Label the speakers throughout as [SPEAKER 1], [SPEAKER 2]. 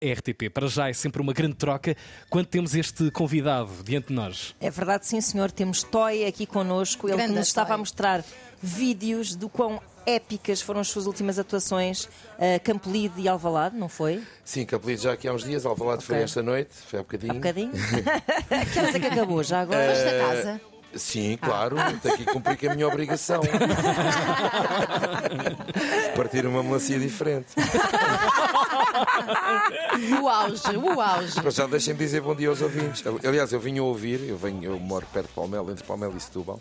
[SPEAKER 1] A RTP, para já é sempre uma grande troca quando temos este convidado diante de nós.
[SPEAKER 2] É verdade, sim, senhor. Temos Toy aqui connosco. Ele
[SPEAKER 3] Grande
[SPEAKER 2] que nos estava
[SPEAKER 3] Toy.
[SPEAKER 2] a mostrar vídeos do quão épicas foram as suas últimas atuações a Campolide e Alvalade, não foi? Um
[SPEAKER 4] Sim, Capelido já aqui há uns dias, Alvalade foi
[SPEAKER 2] Ok.
[SPEAKER 4] esta noite, foi há bocadinho.
[SPEAKER 2] Há bocadinho? que horas é que acabou já agora?
[SPEAKER 4] Eh,
[SPEAKER 3] Foste a casa?
[SPEAKER 4] Sim,
[SPEAKER 2] Ah.
[SPEAKER 4] claro, tenho que cumprir com a minha obrigação. Partir uma melancia diferente.
[SPEAKER 3] O auge, o auge.
[SPEAKER 4] Mas já deixem-me dizer bom dia aos ouvintes. Aliás, eu vim ouvir, eu, venho, eu moro perto de Palmela, entre Palmela e Setúbal,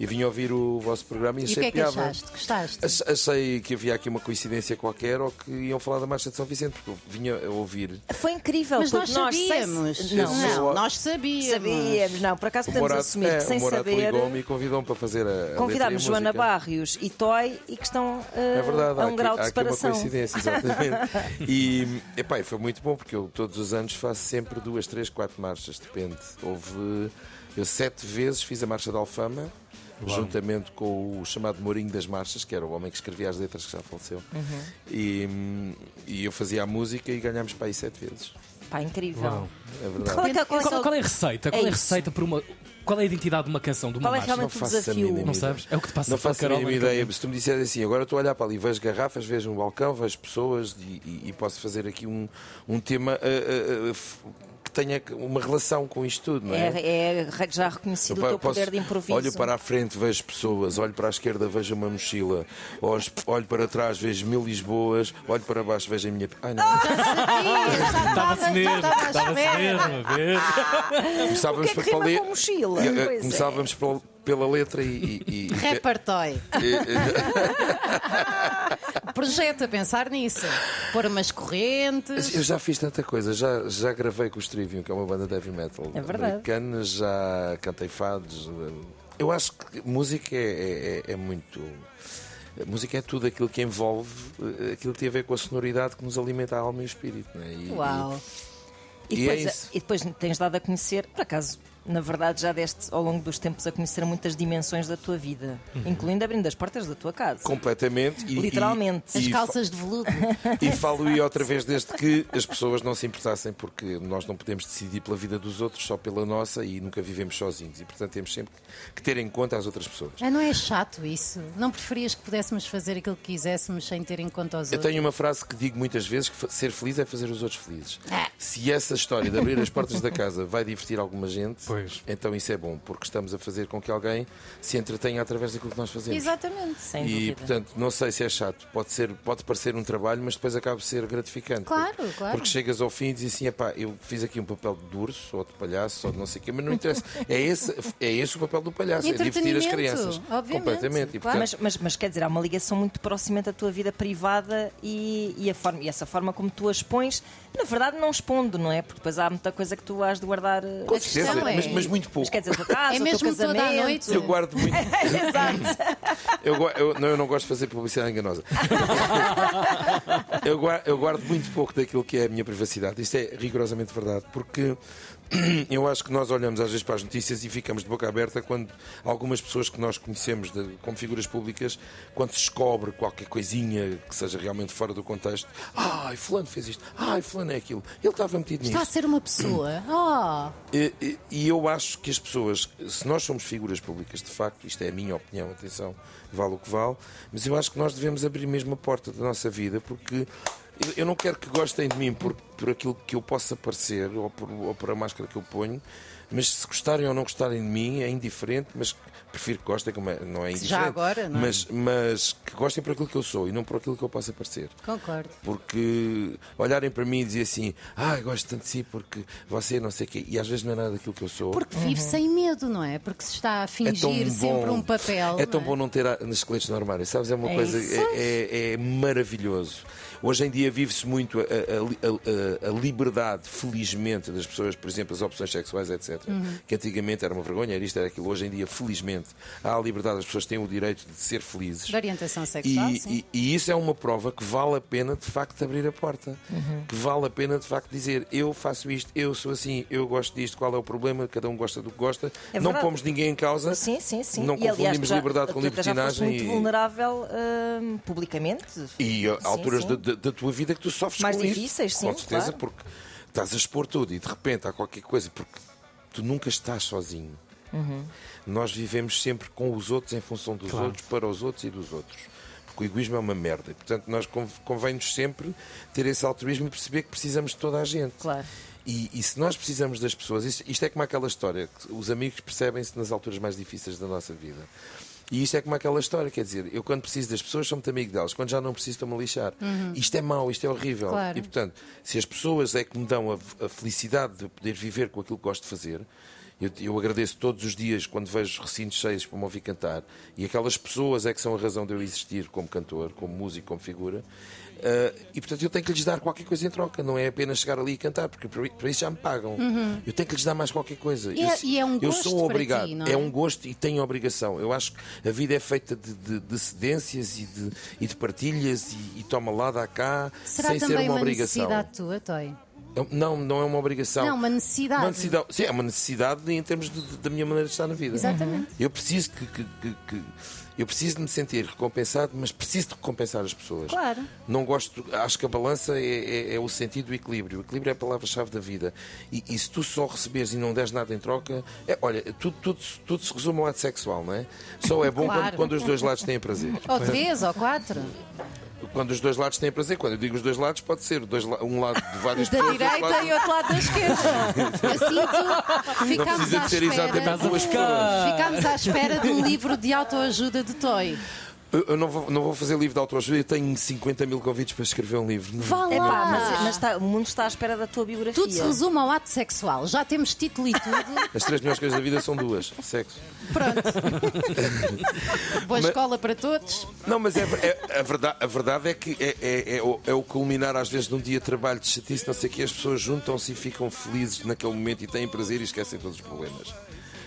[SPEAKER 4] e vim ouvir o vosso programa e
[SPEAKER 3] E o
[SPEAKER 4] achei
[SPEAKER 3] que é que
[SPEAKER 4] piada.
[SPEAKER 3] achaste? Gostaste?
[SPEAKER 4] Ach- Achei que havia aqui uma coincidência qualquer ou que iam falar da Marcha de São Vicente, porque eu vinha a ouvir.
[SPEAKER 2] Foi incrível.
[SPEAKER 3] Mas nós
[SPEAKER 2] porque sem-
[SPEAKER 3] sabíamos.
[SPEAKER 2] Não,
[SPEAKER 4] Eu sou-
[SPEAKER 3] não, nós sabíamos.
[SPEAKER 2] sabíamos. Não, por acaso
[SPEAKER 4] O
[SPEAKER 2] podemos
[SPEAKER 4] Morato,
[SPEAKER 2] assumir
[SPEAKER 4] é,
[SPEAKER 2] que sem
[SPEAKER 4] o Morato
[SPEAKER 2] saber...
[SPEAKER 4] ligou-me e convidou-me para fazer a- a. letra e a
[SPEAKER 2] Convidámos Joana
[SPEAKER 4] música.
[SPEAKER 2] Barrios e Toy e que estão eh,
[SPEAKER 4] É verdade,
[SPEAKER 2] a
[SPEAKER 4] há
[SPEAKER 2] um
[SPEAKER 4] aqui,
[SPEAKER 2] grau de
[SPEAKER 4] há aqui uma
[SPEAKER 2] separação.
[SPEAKER 4] coincidência, exatamente. e epá, e foi muito bom porque eu todos os anos faço sempre duas, três, quatro marchas, depende. Houve. Eu sete vezes fiz a Marcha da Alfama, juntamente com o chamado Mourinho das Marchas, que era o homem que escrevia as letras que já faleceu.
[SPEAKER 2] Uhum.
[SPEAKER 4] E, e eu fazia a música e ganhámos para aí sete vezes.
[SPEAKER 2] Pá, incrível.
[SPEAKER 1] Uau.
[SPEAKER 4] É verdade.
[SPEAKER 2] Qual é, que- qual é que-
[SPEAKER 1] Qual, qual é a receita? Qual é, a
[SPEAKER 2] isso.
[SPEAKER 1] receita para uma. Qual é a identidade de uma canção, de uma
[SPEAKER 2] Qual é
[SPEAKER 1] marcha?
[SPEAKER 2] realmente o
[SPEAKER 4] faço a
[SPEAKER 2] desafio?
[SPEAKER 4] mínima
[SPEAKER 1] Não sabes? É o que te passa
[SPEAKER 4] Não
[SPEAKER 1] pela
[SPEAKER 4] faço a mínima
[SPEAKER 1] Carola,
[SPEAKER 4] ideia.
[SPEAKER 1] então.
[SPEAKER 4] Se tu me disseres assim, agora estou a olhar para ali, vejo garrafas, vejo um balcão, vejo pessoas e, e- e posso fazer aqui um, um tema ah, ah, ah, f- que tenha uma relação com isto tudo, não é?
[SPEAKER 2] É, é já reconhecido
[SPEAKER 4] Eu
[SPEAKER 2] o teu
[SPEAKER 4] posso-
[SPEAKER 2] poder de improviso.
[SPEAKER 4] Olho para a frente, vejo pessoas. Olho para a esquerda, vejo uma mochila. Olho, olho para trás, vejo mil Lisboas. Olho para baixo, vejo a minha. Ai,
[SPEAKER 2] Ah,
[SPEAKER 4] não.
[SPEAKER 2] é
[SPEAKER 3] Sabias, já
[SPEAKER 1] Estava-se
[SPEAKER 3] estava- já
[SPEAKER 1] mesmo,
[SPEAKER 3] estava à
[SPEAKER 1] estava-se
[SPEAKER 3] espera.
[SPEAKER 1] mesmo, a ver.
[SPEAKER 2] Ah,
[SPEAKER 4] Começávamos
[SPEAKER 2] O que é que
[SPEAKER 4] pela
[SPEAKER 2] rima
[SPEAKER 4] le-
[SPEAKER 2] com mochila?
[SPEAKER 4] Eh, eh,
[SPEAKER 2] Pois é.
[SPEAKER 4] Começávamos pela, pela letra e. e, e-
[SPEAKER 3] Repertói.
[SPEAKER 4] e- e-
[SPEAKER 3] Projeto a pensar nisso. Pôr umas correntes.
[SPEAKER 4] Eu já fiz tanta coisa, já, já gravei com os Trivium, que é uma banda de heavy metal
[SPEAKER 2] É verdade.
[SPEAKER 4] americana, já cantei fados. eh, Eu acho que música é, é- é- é muito. a Música é tudo aquilo que envolve, eh, aquilo que tem a ver com a sonoridade que nos alimenta a alma e o espírito. Né? E,
[SPEAKER 3] Uau.
[SPEAKER 2] E
[SPEAKER 4] E é
[SPEAKER 2] depois,
[SPEAKER 4] isso.
[SPEAKER 2] e depois tens dado a conhecer, por acaso, na verdade já deste ao longo dos tempos a conhecer muitas dimensões da tua vida,
[SPEAKER 4] Uhum.
[SPEAKER 2] incluindo abrindo as portas da tua casa.
[SPEAKER 4] e- completamente. E,
[SPEAKER 2] Literalmente.
[SPEAKER 4] e-
[SPEAKER 3] As
[SPEAKER 4] e
[SPEAKER 3] calças de veludo.
[SPEAKER 4] E falo e outra vez desde que as pessoas não se importassem, porque nós não podemos decidir pela vida dos outros, só pela nossa, e nunca vivemos sozinhos. E portanto temos sempre que ter em conta as outras pessoas.
[SPEAKER 3] Ah, não é chato isso? Não preferias que pudéssemos fazer aquilo que quiséssemos sem ter em conta os
[SPEAKER 4] Eu
[SPEAKER 3] outros?
[SPEAKER 4] tenho uma frase que digo muitas vezes: que fa- ser feliz é fazer os outros felizes.
[SPEAKER 3] É.
[SPEAKER 4] Se essa história de abrir as portas da casa vai divertir alguma gente,
[SPEAKER 1] Pois.
[SPEAKER 4] então isso é bom, porque estamos a fazer com que alguém se entretenha através daquilo que nós fazemos.
[SPEAKER 3] Exatamente.
[SPEAKER 2] Sem
[SPEAKER 4] E
[SPEAKER 2] dúvida.
[SPEAKER 4] portanto, não sei se é chato, pode, ser, pode parecer um trabalho, mas depois acaba por ser gratificante.
[SPEAKER 3] Claro,
[SPEAKER 4] porque,
[SPEAKER 3] claro.
[SPEAKER 4] Porque chegas ao fim e dizes assim: epá, eu fiz aqui um papel de urso ou de palhaço ou de não sei o quê, mas não interessa. É esse, é esse o papel do palhaço, é divertir as
[SPEAKER 3] Entretenimento,
[SPEAKER 4] crianças.
[SPEAKER 3] obviamente,
[SPEAKER 4] Completamente. E,
[SPEAKER 3] claro.
[SPEAKER 4] portanto,
[SPEAKER 2] Mas, mas, mas quer dizer, há uma ligação muito próxima da tua vida privada e, e a forma, e essa forma como tu a expões, na verdade não expondo, não é? Porque depois há muita coisa que tu has de guardar. eh,
[SPEAKER 4] com
[SPEAKER 3] a questão
[SPEAKER 4] certeza,
[SPEAKER 3] é-
[SPEAKER 4] mas, mas muito pouco.
[SPEAKER 2] Mas quer dizer, a tua casa,
[SPEAKER 3] É
[SPEAKER 2] o teu
[SPEAKER 3] mesmo toda a
[SPEAKER 2] casamento.
[SPEAKER 3] noite?
[SPEAKER 4] Eu guardo muito.
[SPEAKER 2] Exato.
[SPEAKER 4] Eu, gua- eu- não, eu não gosto de fazer publicidade enganosa. eu, guardo, eu guardo muito pouco daquilo que é a minha privacidade. Isto é rigorosamente verdade, porque eu acho que nós olhamos às vezes para as notícias e ficamos de boca aberta quando algumas pessoas que nós conhecemos de- como figuras públicas, quando se descobre qualquer coisinha que seja realmente fora do contexto, ai, fulano fez isto, ai, fulano é aquilo, ele estava metido nisto.
[SPEAKER 3] Está a ser uma pessoa. Oh,
[SPEAKER 4] E, e- e eu acho que as pessoas, se nós somos figuras públicas de facto, isto é a minha opinião, atenção, vale o que vale, mas eu acho que nós devemos abrir mesmo a porta da nossa vida, porque eu, eu não quero que gostem de mim por, por aquilo que eu possa parecer ou por, ou por a máscara que eu ponho, mas se gostarem ou não gostarem de mim é indiferente, mas prefiro que gostem, como é- não é indiferente.
[SPEAKER 3] agora, não é?
[SPEAKER 4] Mas, mas que gostem por aquilo que eu sou e não por aquilo que eu possa parecer.
[SPEAKER 3] concordo.
[SPEAKER 4] Porque olharem para mim e dizer assim, ah, gosto tanto de si porque você não sei o quê, e às vezes não é nada daquilo que eu sou.
[SPEAKER 3] Porque vive sem medo, não é? Porque se está a
[SPEAKER 4] Uhum. é
[SPEAKER 3] fingir
[SPEAKER 4] tão bom,
[SPEAKER 3] sempre um papel.
[SPEAKER 4] É tão
[SPEAKER 3] não
[SPEAKER 4] bom não ter a- esqueletos no armário, sabes? É uma
[SPEAKER 2] É
[SPEAKER 4] coisa,
[SPEAKER 2] isso.
[SPEAKER 4] é, é- é maravilhoso. Hoje em dia vive-se muito a, a- a- a- a liberdade, felizmente, das pessoas, por exemplo, as opções sexuais, etc.
[SPEAKER 3] Uhum.
[SPEAKER 4] Que antigamente era uma vergonha, era isto, era aquilo. Hoje em dia, felizmente, há a liberdade, as pessoas têm o direito de ser felizes.
[SPEAKER 3] De orientação
[SPEAKER 4] E,
[SPEAKER 3] sexual, sim.
[SPEAKER 4] e- e isso é uma prova que vale a pena de facto abrir a porta.
[SPEAKER 2] Uhum.
[SPEAKER 4] Que vale a pena de facto dizer eu faço isto, eu sou assim, eu gosto disto, qual é o problema? Cada um gosta do que gosta.
[SPEAKER 2] É
[SPEAKER 4] não
[SPEAKER 2] verdade.
[SPEAKER 4] pomos ninguém em causa.
[SPEAKER 2] Sim, sim, sim.
[SPEAKER 4] Não
[SPEAKER 2] e, aliás,
[SPEAKER 4] confundimos
[SPEAKER 2] já-
[SPEAKER 4] liberdade com
[SPEAKER 2] tu até já foste
[SPEAKER 4] libertinagem.
[SPEAKER 2] muito
[SPEAKER 4] e-
[SPEAKER 2] vulnerável hum, publicamente.
[SPEAKER 4] E, a
[SPEAKER 2] Sim,
[SPEAKER 4] alturas
[SPEAKER 2] sim.
[SPEAKER 4] Da, da- da tua vida que tu sofres
[SPEAKER 2] Mais
[SPEAKER 4] com isto.
[SPEAKER 2] difíceis, sim,
[SPEAKER 4] Com certeza, certeza,
[SPEAKER 2] Claro.
[SPEAKER 4] porque estás a expor tudo e de repente há qualquer coisa, porque tu nunca estás sozinho. Nós vivemos sempre com os outros, em função dos outros, para os outros e dos outros. Porque o egoísmo é uma merda. E, portanto, nós conv- convém-nos sempre ter esse altruísmo e perceber que precisamos de toda a gente.
[SPEAKER 2] Claro.
[SPEAKER 4] E, e se nós precisamos das pessoas, isto, isto é como aquela história, que os amigos percebem-se nas alturas mais difíceis da nossa vida. E isto é como aquela história, quer dizer, eu quando preciso das pessoas sou muito amigo delas, quando já não preciso estou-me a lixar. Isto é mau, isto é horrível.
[SPEAKER 3] Claro.
[SPEAKER 4] E portanto, se as pessoas é que me dão a, a felicidade de poder viver com aquilo que gosto de fazer, eu, eu agradeço todos os dias quando vejo recintos cheios para me ouvir cantar, e aquelas pessoas é que são a razão de eu existir como cantor, como músico, como figura, ah, e portanto eu tenho que lhes dar qualquer coisa em troca, não é apenas chegar ali e cantar, porque para para isso já me pagam. Eu tenho que lhes dar mais qualquer coisa.
[SPEAKER 3] Uhum. E
[SPEAKER 4] eu,
[SPEAKER 3] é-
[SPEAKER 4] se-
[SPEAKER 3] e é um
[SPEAKER 4] eu
[SPEAKER 3] gosto
[SPEAKER 4] sou
[SPEAKER 3] para
[SPEAKER 4] obrigado.
[SPEAKER 3] ti, não
[SPEAKER 4] é
[SPEAKER 3] é?
[SPEAKER 4] um gosto e tenho obrigação. Eu acho que a vida é feita de, de, de cedências e de, e de partilhas e, e toma lá, dá cá,
[SPEAKER 3] Será
[SPEAKER 4] sem ser
[SPEAKER 3] também
[SPEAKER 4] uma,
[SPEAKER 3] uma
[SPEAKER 4] obrigação.
[SPEAKER 3] necessidade tua, Toy?
[SPEAKER 4] É um- Não, não é uma obrigação.
[SPEAKER 3] Não, uma necessidade.
[SPEAKER 4] Uma necessidade. Sim, é uma necessidade em termos de- de- da minha maneira de estar na vida.
[SPEAKER 3] Exatamente.
[SPEAKER 4] Eu preciso que, que- que- que- eu preciso de me sentir recompensado, mas preciso de recompensar as pessoas.
[SPEAKER 2] Claro.
[SPEAKER 4] Não gosto, acho que a balança é, é- é o sentido do equilíbrio. O equilíbrio é a palavra-chave da vida. E, e se tu só receberes e não deres nada em troca, é, olha, tudo, tudo, tudo se resume ao lado sexual, não é? Só é bom
[SPEAKER 3] Claro.
[SPEAKER 4] quando, quando os dois lados têm prazer.
[SPEAKER 3] Ou três, ou quatro.
[SPEAKER 4] Quando os dois lados têm prazer, quando eu digo os dois lados, pode ser dois la- um lado de várias
[SPEAKER 3] Da
[SPEAKER 4] pessoas. outro
[SPEAKER 3] direita
[SPEAKER 4] lado-
[SPEAKER 3] e outro lado da esquerda. Assim tu
[SPEAKER 4] Não
[SPEAKER 3] ficámos
[SPEAKER 4] precisa
[SPEAKER 3] à
[SPEAKER 4] de ser exatamente
[SPEAKER 3] espera.
[SPEAKER 4] duas pessoas.
[SPEAKER 3] Ficámos à espera de um livro de autoajuda de Toy.
[SPEAKER 4] Eu, eu não, vou, não vou fazer livro de autoajuda, eu tenho 50 mil convites para escrever um livro.
[SPEAKER 3] Vá lá!
[SPEAKER 2] É pá, mas, mas está- o mundo está à espera da tua biografia.
[SPEAKER 3] Ah. Tudo se resume ao ato sexual. Já temos título e tudo.
[SPEAKER 4] As três melhores coisas da vida são duas: sexo.
[SPEAKER 3] Pronto. Boa escola para todos.
[SPEAKER 4] Não, mas é, ver- é- a, verdade, a verdade é que é, é- é o, é o culminar, às vezes, de um dia de trabalho de chatice, não sei o quê, as pessoas juntam-se e ficam felizes naquele momento e têm prazer e esquecem todos os problemas.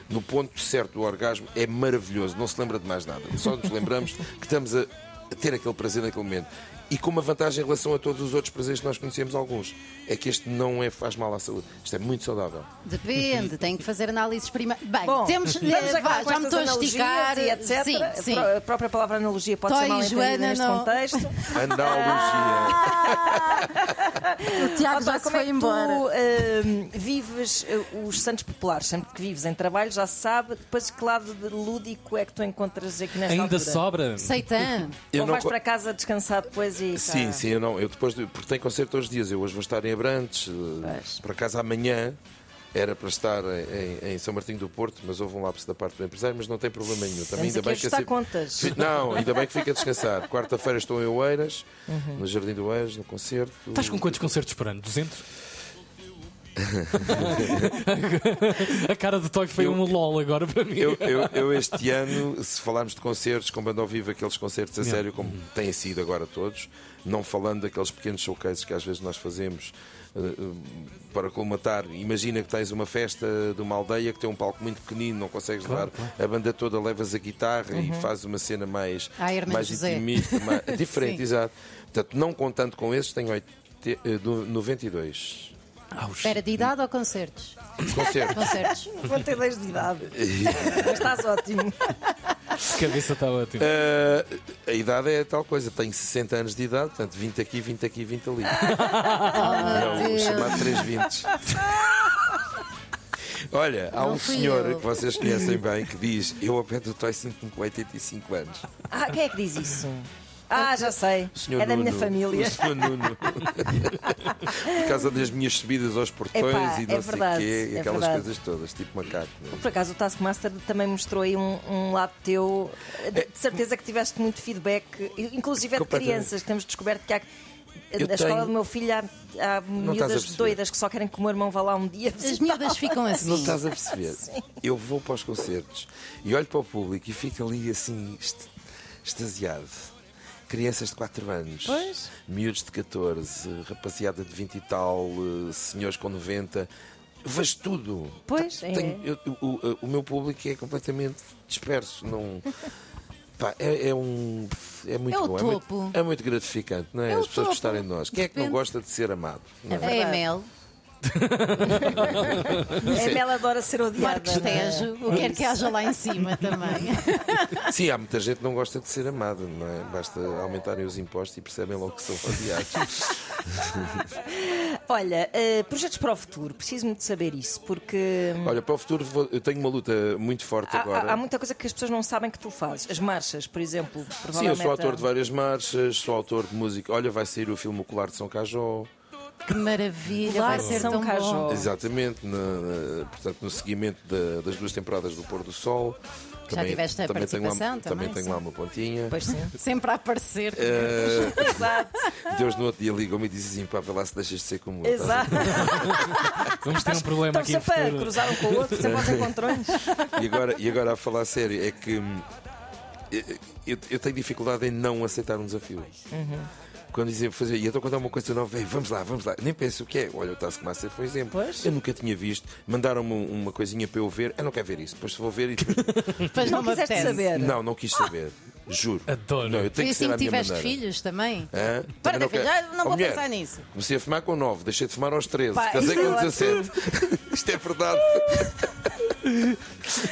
[SPEAKER 4] No ponto certo do orgasmo é maravilhoso, não se lembra de mais nada. Só nos lembramos que estamos a, a ter aquele prazer naquele momento. E com uma vantagem em relação a todos os outros prazeres que nós conhecemos, alguns. É que este não é, faz mal à saúde. Isto é muito saudável.
[SPEAKER 3] Depende, tem que fazer análises primeiro. Bem,
[SPEAKER 2] Bom,
[SPEAKER 3] temos.
[SPEAKER 2] vamos
[SPEAKER 3] eh,
[SPEAKER 2] acabar
[SPEAKER 3] vá,
[SPEAKER 2] com
[SPEAKER 3] já me
[SPEAKER 2] estas
[SPEAKER 3] estou a
[SPEAKER 2] analogias
[SPEAKER 3] esticar.
[SPEAKER 2] e etc.
[SPEAKER 3] Sim, sim.
[SPEAKER 2] A pró- A própria palavra analogia pode
[SPEAKER 3] Toy
[SPEAKER 2] ser
[SPEAKER 3] e
[SPEAKER 2] mal entendida
[SPEAKER 3] Joana
[SPEAKER 2] neste
[SPEAKER 3] não-
[SPEAKER 2] contexto. Ó,
[SPEAKER 4] Analogia.
[SPEAKER 3] O Tiago
[SPEAKER 2] Toy,
[SPEAKER 3] Ah, já se
[SPEAKER 2] como é
[SPEAKER 3] foi
[SPEAKER 2] que
[SPEAKER 3] embora.
[SPEAKER 2] tu ahm, vives ah, os santos populares? Sempre que vives em trabalho, já se sabe. Depois, que lado de lúdico é que tu encontras aqui nesta
[SPEAKER 1] Ainda
[SPEAKER 2] altura?
[SPEAKER 1] sobra.
[SPEAKER 3] Seitan.
[SPEAKER 4] Eu
[SPEAKER 2] Ou
[SPEAKER 4] não
[SPEAKER 2] vais
[SPEAKER 4] co-
[SPEAKER 2] para casa descansar depois e. tá.
[SPEAKER 4] Sim,
[SPEAKER 2] pá,
[SPEAKER 4] sim, eu não. Eu depois, de- porque tem concerto todos os dias. Eu hoje vou estar em Abrantes, eh,
[SPEAKER 2] Pois.
[SPEAKER 4] por acaso amanhã era para estar em, em- em São Martinho do Porto, mas houve um lapso da parte do empresário, mas não tem problema nenhum. Também
[SPEAKER 2] Estamos
[SPEAKER 4] ainda
[SPEAKER 2] aqui
[SPEAKER 4] bem
[SPEAKER 2] a
[SPEAKER 4] que
[SPEAKER 2] ajustar
[SPEAKER 4] assim-
[SPEAKER 2] contas.
[SPEAKER 4] Fi- Não, ainda bem que fica a descansar. Quarta-feira estou em Oeiras,
[SPEAKER 2] Uhum.
[SPEAKER 4] no Jardim do Oeiras, no concerto.
[SPEAKER 1] Estás com quantos concertos por ano? 200? a cara de Toy foi
[SPEAKER 4] Eu-
[SPEAKER 1] um LOL agora para mim.
[SPEAKER 4] Eu, eu- eu este ano, se falarmos de concertos com banda ao vivo, aqueles concertos a sério, como têm sido agora todos, não falando daqueles pequenos showcases que às vezes nós fazemos eh, eh, para colmatar. Imagina que tens uma festa de uma aldeia que tem um palco muito pequenino, não consegues levar a banda toda, levas a guitarra e fazes uma cena mais,
[SPEAKER 3] Uhum. Ah, Hermano
[SPEAKER 4] mais
[SPEAKER 3] José.
[SPEAKER 4] intimista, mais- diferente,
[SPEAKER 3] Sim.
[SPEAKER 4] exato. Portanto, não contando com esses, tenho oit- te- eh, do- 92
[SPEAKER 3] Espera de idade ou concertos?
[SPEAKER 4] concertos.
[SPEAKER 3] Concertos.
[SPEAKER 2] Vou ter 10 de idade. Mas estás ótimo.
[SPEAKER 1] A cabeça tá está ótima.
[SPEAKER 4] Ah, a idade é tal coisa, tenho 60 anos de idade, portanto 20 aqui, 20 aqui, 20 ali.
[SPEAKER 3] meu
[SPEAKER 4] não, o
[SPEAKER 3] Deus.
[SPEAKER 4] chamado 320. Olha, há
[SPEAKER 3] Não
[SPEAKER 4] um
[SPEAKER 3] fui
[SPEAKER 4] senhor
[SPEAKER 3] eu.
[SPEAKER 4] que vocês conhecem bem que diz: Eu ao pé do Toy sinto-me com 85 anos.
[SPEAKER 2] Ah, quem é que diz isso? Ah, já sei.
[SPEAKER 4] O senhor
[SPEAKER 2] é da
[SPEAKER 4] Nuno,
[SPEAKER 2] minha família.
[SPEAKER 4] O senhor Nuno. Por causa das minhas subidas aos portões
[SPEAKER 2] Epá,
[SPEAKER 4] e
[SPEAKER 2] é
[SPEAKER 4] não
[SPEAKER 2] verdade,
[SPEAKER 4] sei o quê, e
[SPEAKER 2] é
[SPEAKER 4] aquelas
[SPEAKER 2] verdade.
[SPEAKER 4] coisas todas, tipo macaco. não é?
[SPEAKER 2] Por acaso o Taskmaster também mostrou aí um, um lado teu. De de certeza que tiveste muito feedback, inclusive é de
[SPEAKER 4] É. Completamente.
[SPEAKER 2] crianças, que temos descoberto que há.
[SPEAKER 4] Eu
[SPEAKER 2] Na escola
[SPEAKER 4] tenho-
[SPEAKER 2] do meu filho há, há
[SPEAKER 4] estás a
[SPEAKER 2] miúdas
[SPEAKER 4] perceber.
[SPEAKER 2] doidas que só querem que o meu irmão vá lá um dia.
[SPEAKER 3] As miúdas ficam
[SPEAKER 4] Não tá-
[SPEAKER 3] assim.
[SPEAKER 4] estás a perceber? Eu vou para os concertos e olho para o público e fico ali assim, est- extasiado. Crianças de 4 anos,
[SPEAKER 2] Pois.
[SPEAKER 4] miúdos de 14, rapaziada de 20 e tal, eh, senhores com 90. Vejo tudo.
[SPEAKER 2] Pois,
[SPEAKER 4] Ta-
[SPEAKER 2] é.
[SPEAKER 4] tenho- eu- o, o- o meu público é completamente disperso. Não, Pá, é, é um. É muito
[SPEAKER 3] É o
[SPEAKER 4] bom. É,
[SPEAKER 3] topo.
[SPEAKER 4] muito, é muito gratificante, não é?
[SPEAKER 3] É o
[SPEAKER 4] As pessoas
[SPEAKER 3] topo.
[SPEAKER 4] gostarem de nós. Quem é que não
[SPEAKER 3] repente.
[SPEAKER 4] gosta de ser amado? não é?
[SPEAKER 3] É Mel.
[SPEAKER 2] A Mel adora ser odiada.
[SPEAKER 3] Marcos
[SPEAKER 2] não é?
[SPEAKER 3] Tejo, o que quer que haja lá em cima também.
[SPEAKER 4] Sim, há muita gente que não gosta de ser amada, não é? Basta aumentarem os impostos e percebem logo que são odiados.
[SPEAKER 2] Olha, eh, projetos para o futuro, preciso-me de saber isso, porque hum,
[SPEAKER 4] Olha, para o futuro vou- eu tenho uma luta muito forte
[SPEAKER 2] há,
[SPEAKER 4] agora.
[SPEAKER 2] há- há muita coisa que as pessoas não sabem que tu fazes. As marchas, por exemplo,
[SPEAKER 4] Sim, eu
[SPEAKER 2] provavelmente.
[SPEAKER 4] sou autor de várias marchas, sou autor de música. Olha, vai sair o filme O Colar de São Cajó.
[SPEAKER 3] Que maravilha,
[SPEAKER 2] Olá,
[SPEAKER 3] vai ser
[SPEAKER 2] São
[SPEAKER 3] tão
[SPEAKER 2] Cajó.
[SPEAKER 3] bom.
[SPEAKER 4] Exatamente, na- na- portanto, no seguimento da- das duas temporadas do Pôr do Sol.
[SPEAKER 3] Já tiveste a
[SPEAKER 4] tenho lá-
[SPEAKER 3] participação
[SPEAKER 4] também,
[SPEAKER 3] também,
[SPEAKER 4] tenho
[SPEAKER 3] sim.
[SPEAKER 4] lá uma pontinha.
[SPEAKER 2] Pois sim.
[SPEAKER 3] Sempre a aparecer.
[SPEAKER 4] Eh,
[SPEAKER 2] Exato,
[SPEAKER 4] Deus no outro dia ligou-me e disse assim: pá, vê lá se deixas de ser como eu. estás a
[SPEAKER 2] exato.
[SPEAKER 1] Vamos ter um problema
[SPEAKER 2] Estão
[SPEAKER 1] aqui no
[SPEAKER 2] sempre a
[SPEAKER 1] futuro.
[SPEAKER 2] cruzar um com o outro, sempre aos encontrões.
[SPEAKER 4] E agora, e agora a falar a sério, é que hum, eu- eu, eu tenho dificuldade em não aceitar um desafio. Quando dizem fazer, e eu estou a contar uma coisa nova, "Ei, vamos lá, vamos lá, nem penso o que é. Olha, o Taskmaster foi um exemplo.
[SPEAKER 2] Pois.
[SPEAKER 4] Eu nunca tinha visto, mandaram-me um, uma coisinha para eu ver, eu não quero ver isso, depois vou ver e depois.
[SPEAKER 3] Depois
[SPEAKER 2] Não
[SPEAKER 3] não, me
[SPEAKER 2] quiseste
[SPEAKER 3] apetece.
[SPEAKER 2] saber.
[SPEAKER 4] não, não quis saber, juro.
[SPEAKER 1] Adoro.
[SPEAKER 4] Não, eu
[SPEAKER 3] Foi
[SPEAKER 4] tenho que
[SPEAKER 3] assim
[SPEAKER 4] ser
[SPEAKER 3] que
[SPEAKER 4] à minha
[SPEAKER 3] tiveste
[SPEAKER 4] maneira.
[SPEAKER 3] filhos também?
[SPEAKER 4] Hã?
[SPEAKER 3] Para,
[SPEAKER 4] É? Também não
[SPEAKER 3] David,
[SPEAKER 4] quero.
[SPEAKER 3] já não
[SPEAKER 4] Ó,
[SPEAKER 3] vou
[SPEAKER 4] mulher,
[SPEAKER 3] pensar nisso.
[SPEAKER 4] Comecei a fumar com 9, deixei de fumar aos 13,
[SPEAKER 2] Pá,
[SPEAKER 4] casei
[SPEAKER 2] isso é
[SPEAKER 4] com
[SPEAKER 2] ótimo.
[SPEAKER 4] 17. Isto é verdade.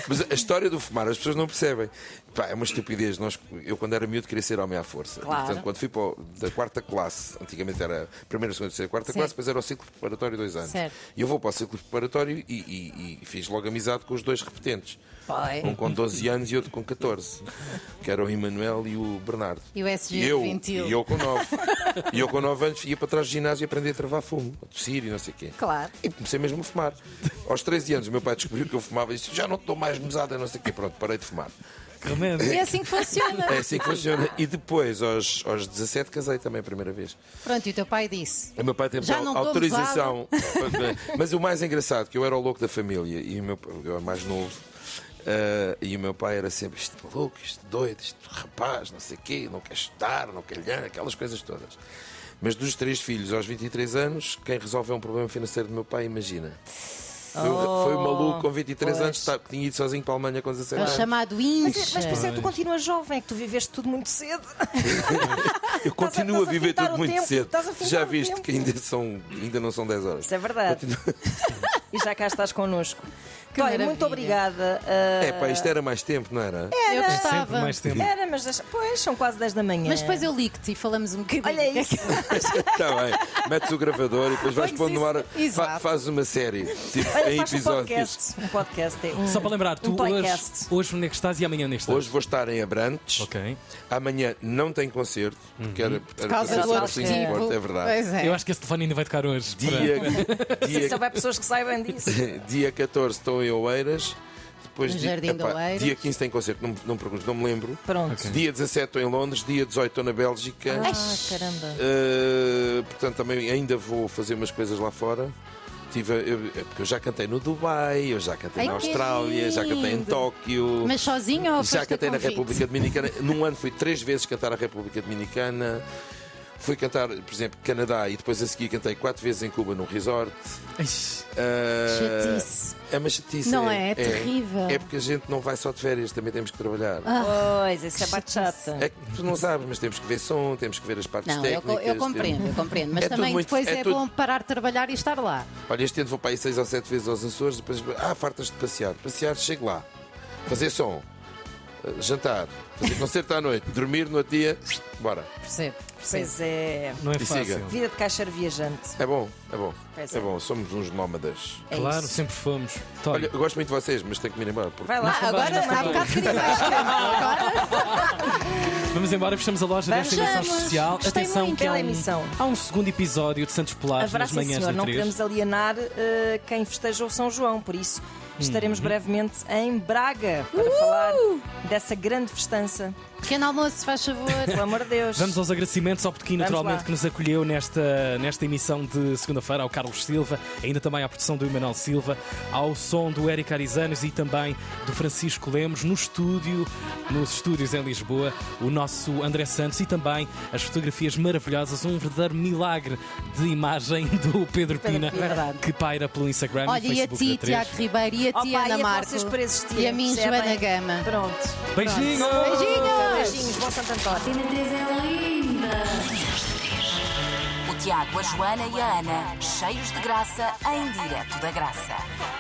[SPEAKER 4] Mas a história do fumar, as pessoas não percebem. Pá, é uma estupidez. Nós, eu, quando era miúdo, queria ser homem à força. E,
[SPEAKER 3] Claro.
[SPEAKER 4] portanto, quando fui para o- da quarta classe, antigamente era primeira, segunda, terceira, quarta
[SPEAKER 3] Sim.
[SPEAKER 4] classe, depois era o ciclo preparatório dois anos.
[SPEAKER 3] Certo.
[SPEAKER 4] E eu vou para o ciclo preparatório e, e- e fiz logo amizade com os dois repetentes.
[SPEAKER 3] Pai.
[SPEAKER 4] Um com 12 anos e outro com 14. Que era o Emanuel e o Bernardo.
[SPEAKER 3] E o SG
[SPEAKER 4] E eu,
[SPEAKER 3] 21.
[SPEAKER 4] E eu com 9. e eu com 9 anos ia para trás do ginásio e aprendi a travar fumo, a tossir e não sei o quê.
[SPEAKER 3] Claro.
[SPEAKER 4] E comecei mesmo a fumar. Aos 13 anos o meu pai descobriu que eu fumava e disse: Já não te dou mais mesada, não sei o quê. Pronto, parei de fumar.
[SPEAKER 1] Que remédio.
[SPEAKER 3] E é assim que funciona.
[SPEAKER 4] É assim que funciona. E depois, aos, aos 17, casei também a primeira vez.
[SPEAKER 3] Pronto, e o teu pai disse.
[SPEAKER 4] O É meu pai teve
[SPEAKER 3] Já
[SPEAKER 4] au-
[SPEAKER 3] não dou
[SPEAKER 4] autorização. Mas o mais engraçado, que eu era o louco da família e o meu pai- eu era mais novo. ah, e o meu pai era sempre isto é maluco, isto doido, isto é rapaz, não sei o quê, não quer estudar, não quer lhar, aquelas coisas todas. Mas dos três filhos aos 23 anos, quem resolveu um problema financeiro do meu pai, imagina. Foi, o- foi o maluco com 23
[SPEAKER 2] pois.
[SPEAKER 4] anos que tá- que tinha ido sozinho para a Alemanha com 17
[SPEAKER 3] É o
[SPEAKER 4] anos.
[SPEAKER 3] chamado
[SPEAKER 2] Mas,
[SPEAKER 3] incha.
[SPEAKER 2] mas por isso é que tu continuas jovem, é que tu viveste tudo muito cedo.
[SPEAKER 4] Eu continuo a,
[SPEAKER 2] estás a
[SPEAKER 4] viver
[SPEAKER 2] afintar
[SPEAKER 4] tudo
[SPEAKER 2] o
[SPEAKER 4] muito
[SPEAKER 2] tempo,
[SPEAKER 4] cedo.
[SPEAKER 2] estás a afintar
[SPEAKER 4] Já
[SPEAKER 2] o
[SPEAKER 4] viste
[SPEAKER 2] tempo.
[SPEAKER 4] que ainda, são, ainda não são 10 horas.
[SPEAKER 2] Isso é verdade. E já cá estás connosco.
[SPEAKER 3] Que
[SPEAKER 2] Olha, muito
[SPEAKER 3] maravilha.
[SPEAKER 2] obrigada. Ah,
[SPEAKER 4] É pá, isto era mais tempo, não era?
[SPEAKER 3] Eu
[SPEAKER 1] Sempre
[SPEAKER 3] gostava.
[SPEAKER 1] mais tempo.
[SPEAKER 2] Era, mas deixa- pois, são quase 10 da manhã.
[SPEAKER 3] Mas depois eu ligo-te e falamos um bocadinho.
[SPEAKER 2] Olha isso.
[SPEAKER 4] Está Tá bem, metes o gravador e depois vais
[SPEAKER 3] Pões
[SPEAKER 4] pondo no ar.
[SPEAKER 3] isso-
[SPEAKER 4] fa-
[SPEAKER 3] Exato.
[SPEAKER 4] fazes uma série, tipo,
[SPEAKER 2] Olha,
[SPEAKER 4] em
[SPEAKER 2] faz um
[SPEAKER 4] episódios.
[SPEAKER 2] podcast. Um podcast. é um-
[SPEAKER 1] Só para lembrar, tu
[SPEAKER 2] um
[SPEAKER 1] hoje,
[SPEAKER 2] podcast.
[SPEAKER 1] hoje onde é que estás e amanhã onde é que estás?
[SPEAKER 4] Hoje vou estar em Abrantes.
[SPEAKER 1] Ok.
[SPEAKER 4] Amanhã não tem concerto, porque era, era por
[SPEAKER 3] Causa do outro
[SPEAKER 2] Sim,
[SPEAKER 3] tipo.
[SPEAKER 4] é verdade.
[SPEAKER 3] Pois é.
[SPEAKER 1] Eu acho que esse telefone ainda vai tocar hoje.
[SPEAKER 4] Dia,
[SPEAKER 2] Se
[SPEAKER 4] dia,
[SPEAKER 2] houver pessoas que saibam disso.
[SPEAKER 4] dia 14 estou em Oeiras. Depois
[SPEAKER 3] No
[SPEAKER 4] dia-
[SPEAKER 3] Jardim de
[SPEAKER 4] epá,
[SPEAKER 3] Oeiras.
[SPEAKER 4] dia 15 tem concerto, não, me- não me pergunto, não me lembro.
[SPEAKER 2] Pronto.
[SPEAKER 4] Dia 17 estou em Londres, dia 18 estou na Bélgica.
[SPEAKER 2] Ah, caramba.
[SPEAKER 4] Uh, portanto, também ainda vou fazer umas coisas lá fora. Tive, eu, é porque eu já cantei no Dubai, eu já cantei
[SPEAKER 3] Ai,
[SPEAKER 4] na
[SPEAKER 3] que
[SPEAKER 4] Austrália, já cantei em
[SPEAKER 3] lindo.
[SPEAKER 4] Tóquio,
[SPEAKER 3] Mas sozinho ou foste
[SPEAKER 4] já
[SPEAKER 3] a
[SPEAKER 4] cantei na
[SPEAKER 3] convite?
[SPEAKER 4] República Dominicana. Num ano fui três vezes cantar a República Dominicana. Fui cantar, por exemplo, Canadá e depois a seguir cantei quatro vezes em Cuba num resort.
[SPEAKER 1] Ixi,
[SPEAKER 4] Uh,
[SPEAKER 3] Chatice.
[SPEAKER 4] É uma chatice.
[SPEAKER 3] Não é? É terrível. Ah.
[SPEAKER 4] É porque a gente não vai só de férias, também temos que trabalhar.
[SPEAKER 2] Pois, isso é bachata.
[SPEAKER 4] É que tu não sabes, mas temos que ver som, temos que ver as partes
[SPEAKER 3] Não, eu,
[SPEAKER 4] técnicas.
[SPEAKER 3] co- eu
[SPEAKER 4] temos-
[SPEAKER 3] compreendo, eu compreendo. Mas
[SPEAKER 4] É tudo
[SPEAKER 3] também
[SPEAKER 4] muito-
[SPEAKER 3] depois
[SPEAKER 4] é
[SPEAKER 3] é,
[SPEAKER 4] tudo-
[SPEAKER 3] bom parar de trabalhar e estar lá.
[SPEAKER 4] Olha, este ano vou para aí seis ou sete vezes aos Açores, depois ah, fartas de passear. Passear, chego lá. Fazer som. eh, Jantar. Fazer concerto à noite. Dormir no outro dia. Bora.
[SPEAKER 3] Percebo. percebo.
[SPEAKER 2] Pois é.
[SPEAKER 1] não é
[SPEAKER 4] E
[SPEAKER 1] fácil.
[SPEAKER 4] siga.
[SPEAKER 2] Vida de caixeiro viajante.
[SPEAKER 4] É bom, é bom.
[SPEAKER 2] Pois
[SPEAKER 4] É
[SPEAKER 2] é.
[SPEAKER 4] bom, somos uns nómadas.
[SPEAKER 2] É
[SPEAKER 1] Claro,
[SPEAKER 2] isso.
[SPEAKER 1] sempre fomos. Tó,
[SPEAKER 4] Olha, eu gosto muito de vocês, mas tenho que me ir embora. Porque...
[SPEAKER 2] Vai lá,
[SPEAKER 1] Nós
[SPEAKER 3] Ah,
[SPEAKER 1] também,
[SPEAKER 2] agora
[SPEAKER 1] nós
[SPEAKER 2] há
[SPEAKER 1] também.
[SPEAKER 2] bocado queria mais.
[SPEAKER 1] vamos embora, fechamos a loja desta emissão
[SPEAKER 3] Vamos.
[SPEAKER 1] especial.
[SPEAKER 3] Gostei
[SPEAKER 1] Atenção,
[SPEAKER 3] muito.
[SPEAKER 1] que há
[SPEAKER 2] Bela
[SPEAKER 1] um,
[SPEAKER 2] emissão.
[SPEAKER 1] há um segundo episódio de Santos Polares
[SPEAKER 2] Haverá
[SPEAKER 1] nas
[SPEAKER 2] sim,
[SPEAKER 1] manhãs
[SPEAKER 2] senhor.
[SPEAKER 1] da
[SPEAKER 2] Não
[SPEAKER 1] 3.
[SPEAKER 2] queremos alienar eh, quem festeja o São João, por isso
[SPEAKER 1] Uhum.
[SPEAKER 2] estaremos brevemente em Braga para
[SPEAKER 3] Uh!
[SPEAKER 2] falar dessa grande festança.
[SPEAKER 3] Pequeno almoço, faz favor.
[SPEAKER 2] Pelo amor de Deus.
[SPEAKER 1] Vamos aos agradecimentos ao Pequim,
[SPEAKER 2] Vamos
[SPEAKER 1] naturalmente,
[SPEAKER 2] lá.
[SPEAKER 1] que nos acolheu nesta, nesta emissão de segunda-feira, ao Carlos Silva, ainda também à produção do Emanuel Silva, ao som do Eric Arizanos e também do Francisco Lemos, no estúdio, nos estúdios em Lisboa, o nosso André Santos e também as fotografias maravilhosas, um verdadeiro milagre de imagem do Pedro, Pina,
[SPEAKER 3] Pina, verdade.
[SPEAKER 1] que paira pelo Instagram
[SPEAKER 3] Olha,
[SPEAKER 1] e
[SPEAKER 3] e a
[SPEAKER 1] Facebook
[SPEAKER 3] ti,
[SPEAKER 1] da três.
[SPEAKER 3] Tiago Ribeiro, e a
[SPEAKER 2] Opa,
[SPEAKER 3] ti, Ana
[SPEAKER 2] e a
[SPEAKER 3] Marco.
[SPEAKER 2] vocês para existirem,
[SPEAKER 3] e a mim,
[SPEAKER 2] percebem?
[SPEAKER 3] Joana Gama.
[SPEAKER 2] Pronto.
[SPEAKER 1] Beijinhos!
[SPEAKER 3] Beijinhos!
[SPEAKER 2] Beijinhos, bom Santo António.
[SPEAKER 5] Tina 3 é linda.
[SPEAKER 6] Manhãs da 3. O
[SPEAKER 5] O Tiago, a Joana e a Ana, cheios de graça, em direto da graça.